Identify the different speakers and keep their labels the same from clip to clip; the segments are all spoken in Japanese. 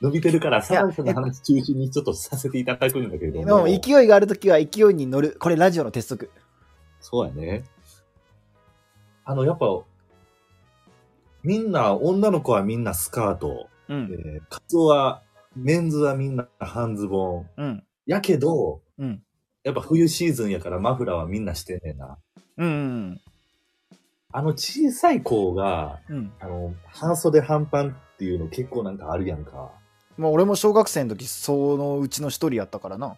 Speaker 1: 伸びてるから、
Speaker 2: いや
Speaker 1: サンスの話中心にちょっとさせていただくんだけれど
Speaker 2: で
Speaker 1: も。
Speaker 2: も勢いがあるときは勢いに乗る。これラジオの鉄則。
Speaker 1: そうやね。あの、やっぱ、みんな、女の子はみんなスカート、
Speaker 2: うん。
Speaker 1: えー、カツオは、メンズはみんな半ズボン。
Speaker 2: うん。
Speaker 1: やけど、
Speaker 2: うん。
Speaker 1: やっぱ冬シーズンやからマフラーはみんなしてんねんな。
Speaker 2: うんうん。
Speaker 1: あの小さい子が、
Speaker 2: うん。
Speaker 1: あの、半袖半パンっていうの結構なんかあるやんか。
Speaker 2: まあ俺も小学生の時、そのうちの一人やったからな。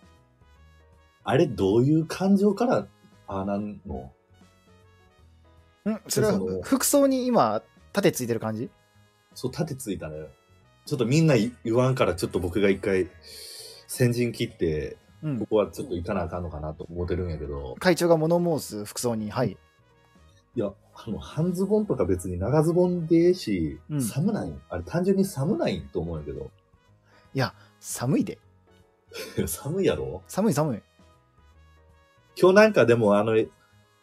Speaker 1: あれ、どういう感情から、ああなんの
Speaker 2: うん。それは
Speaker 1: そうそう
Speaker 2: 服装に今、盾ついてる感じ
Speaker 1: そう、盾ついたね。ちょっとみんな言わんから、ちょっと僕が一回、先陣切って、
Speaker 2: う
Speaker 1: こ
Speaker 2: ん。
Speaker 1: こはちょっと行かなあかんのかなと思ってるんやけど、
Speaker 2: 会長が物申す服装に、はい。
Speaker 1: いや、あの、半ズボンとか別に長ズボンでええし、
Speaker 2: うん
Speaker 1: 寒ないん。あれ、単純に寒ないんと思うんやけど。
Speaker 2: 寒いで。
Speaker 1: いや寒いやろ
Speaker 2: 寒い寒い。
Speaker 1: 今日なんかでも、あの、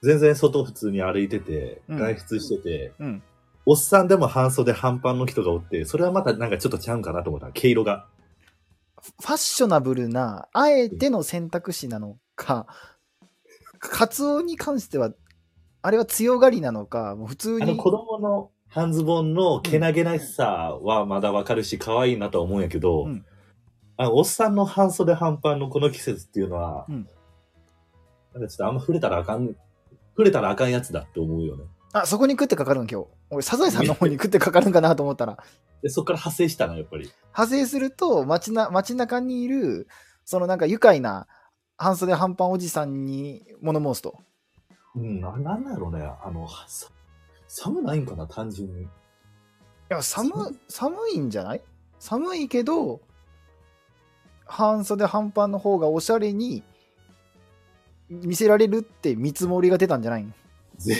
Speaker 1: 全然外普通に歩いてて、
Speaker 2: うん
Speaker 1: 外出してて、
Speaker 2: うん。
Speaker 1: おっさんでも半袖半パンの人がおって、それはまたなんかちょっとちゃうんかなと思った。毛色が。
Speaker 2: ファッショナブルな、あえての選択肢なのか、カツオに関しては、あれは強がりなのか、もう普通
Speaker 1: あの
Speaker 2: に。
Speaker 1: 子供の半ズボンのけなげなしさはまだわかるし、可愛いなとは思うんやけど、
Speaker 2: うん
Speaker 1: あのおっさんの半袖半パンのこの季節っていうのは、
Speaker 2: うん
Speaker 1: なんかちょっとあんま触れたらあかん、触れたらあかんやつだって思うよね。
Speaker 2: あ、そこに食ってかかるん今日。俺、サザエさんの方に食ってかかるんかなと思ったら。
Speaker 1: で、そっから派生したの、やっぱり。
Speaker 2: 派生すると街な街中にいるそのなんか愉快な半袖半パンおじさんに物申すと
Speaker 1: うん、ななんだろうね。あの、さ寒ないんかな、単純に。
Speaker 2: いや寒寒いんじゃない寒いけど半袖半パンの方がおしゃれに見せられるって見積もりが出たんじゃないの
Speaker 1: ぜ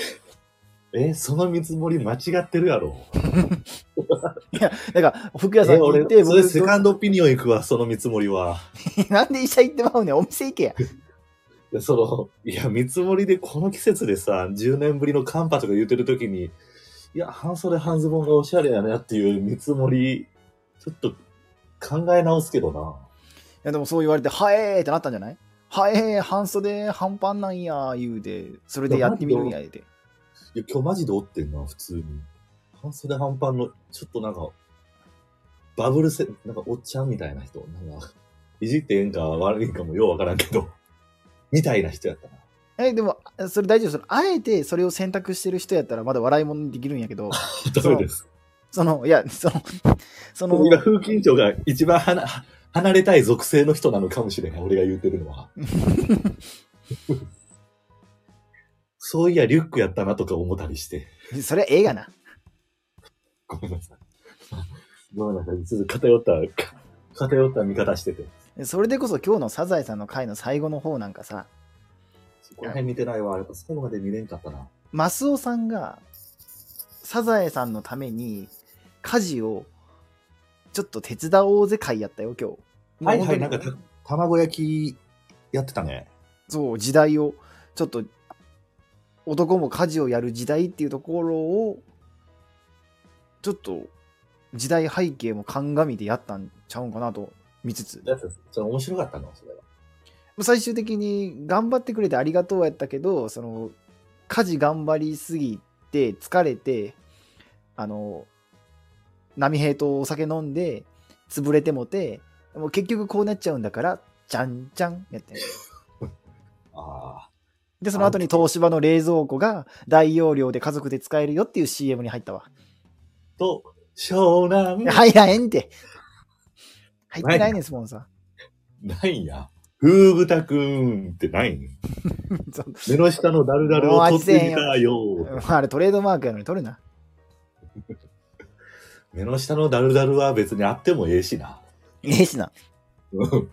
Speaker 1: え、その見積もり間違ってるやろ。
Speaker 2: だから服屋さん
Speaker 1: え、
Speaker 2: に行
Speaker 1: 俺
Speaker 2: って、
Speaker 1: そ
Speaker 2: 僕
Speaker 1: れセカンドオピニオン行くわ、その見積もりは。
Speaker 2: なんで医者行ってまうねんお店行 けや
Speaker 1: いやその、いや、見積もりでこの季節でさ、10年ぶりの寒波とか言ってる時に、いや、半袖半ズボンがおしゃれやなっていう見積もり、ちょっと考え直すけどな。
Speaker 2: いやでもそう言われて、はえーってなったんじゃないはえー、半袖半パンなんや、言うで、それでやってみるんや、で。
Speaker 1: いや、今日マジでおってんな、普通に。半袖半パンの、ちょっとなんか、バブルせ、なんかおっちゃんみたいな人、なんか、いじってええんか悪いんかもようわからんけど、みたいな人やったな。
Speaker 2: え、でも、あそれ大丈夫そのあえてそれを選択してる人やったらまだ笑いもんできるんや けど、
Speaker 1: ダメです。
Speaker 2: その、いや、その、その、
Speaker 1: 今、風緊張が一番はな離れたい属性の人なのかもしれない。俺が言うてるの は。そういや、リュックやったなとか思ったりして。
Speaker 2: それはええがな。
Speaker 1: ごめんなさい。ごめんなさい。ちょっと偏った、か偏った見方してて。
Speaker 2: それでこそ今日のサザエさんの回の最後の方なんかさ、
Speaker 1: そこら辺見てないわ。やっぱ最後まで見れんかったな。
Speaker 2: マスオさんが、サザエさんのために、家事を、ちょっと手伝おうぜ会やったよ、今日。
Speaker 1: はい
Speaker 2: もう
Speaker 1: はい、な
Speaker 2: 本
Speaker 1: んか
Speaker 2: 当に
Speaker 1: た、卵焼きやってたね。
Speaker 2: そう時代をちょっと男も家事をやる時代っていうところをちょっと時代背景も鑑みでやったんちゃうんかなと見つつ
Speaker 1: だってそれ面白かったのそれは。
Speaker 2: 最終的に頑張ってくれてありがとうやったけどその家事頑張りすぎて疲れてあの波平とお酒飲んで潰れてもてもう結局こうなっちゃうんだからじゃんじゃんやって
Speaker 1: ああ。
Speaker 2: で、その後に東芝の冷蔵庫が大容量で家族で使えるよっていう CM に入ったわ。
Speaker 1: と、湘南。
Speaker 2: 入らへん って。入ってないねん、スポンサ
Speaker 1: ないんや。風豚くんってないん
Speaker 2: ー。 そう
Speaker 1: 目の下のダルダルを取ってみたよ。
Speaker 2: あれトレードマークやのに取るな。
Speaker 1: 目の下のダルダルは別にあってもええしな。
Speaker 2: ええしな。
Speaker 1: うん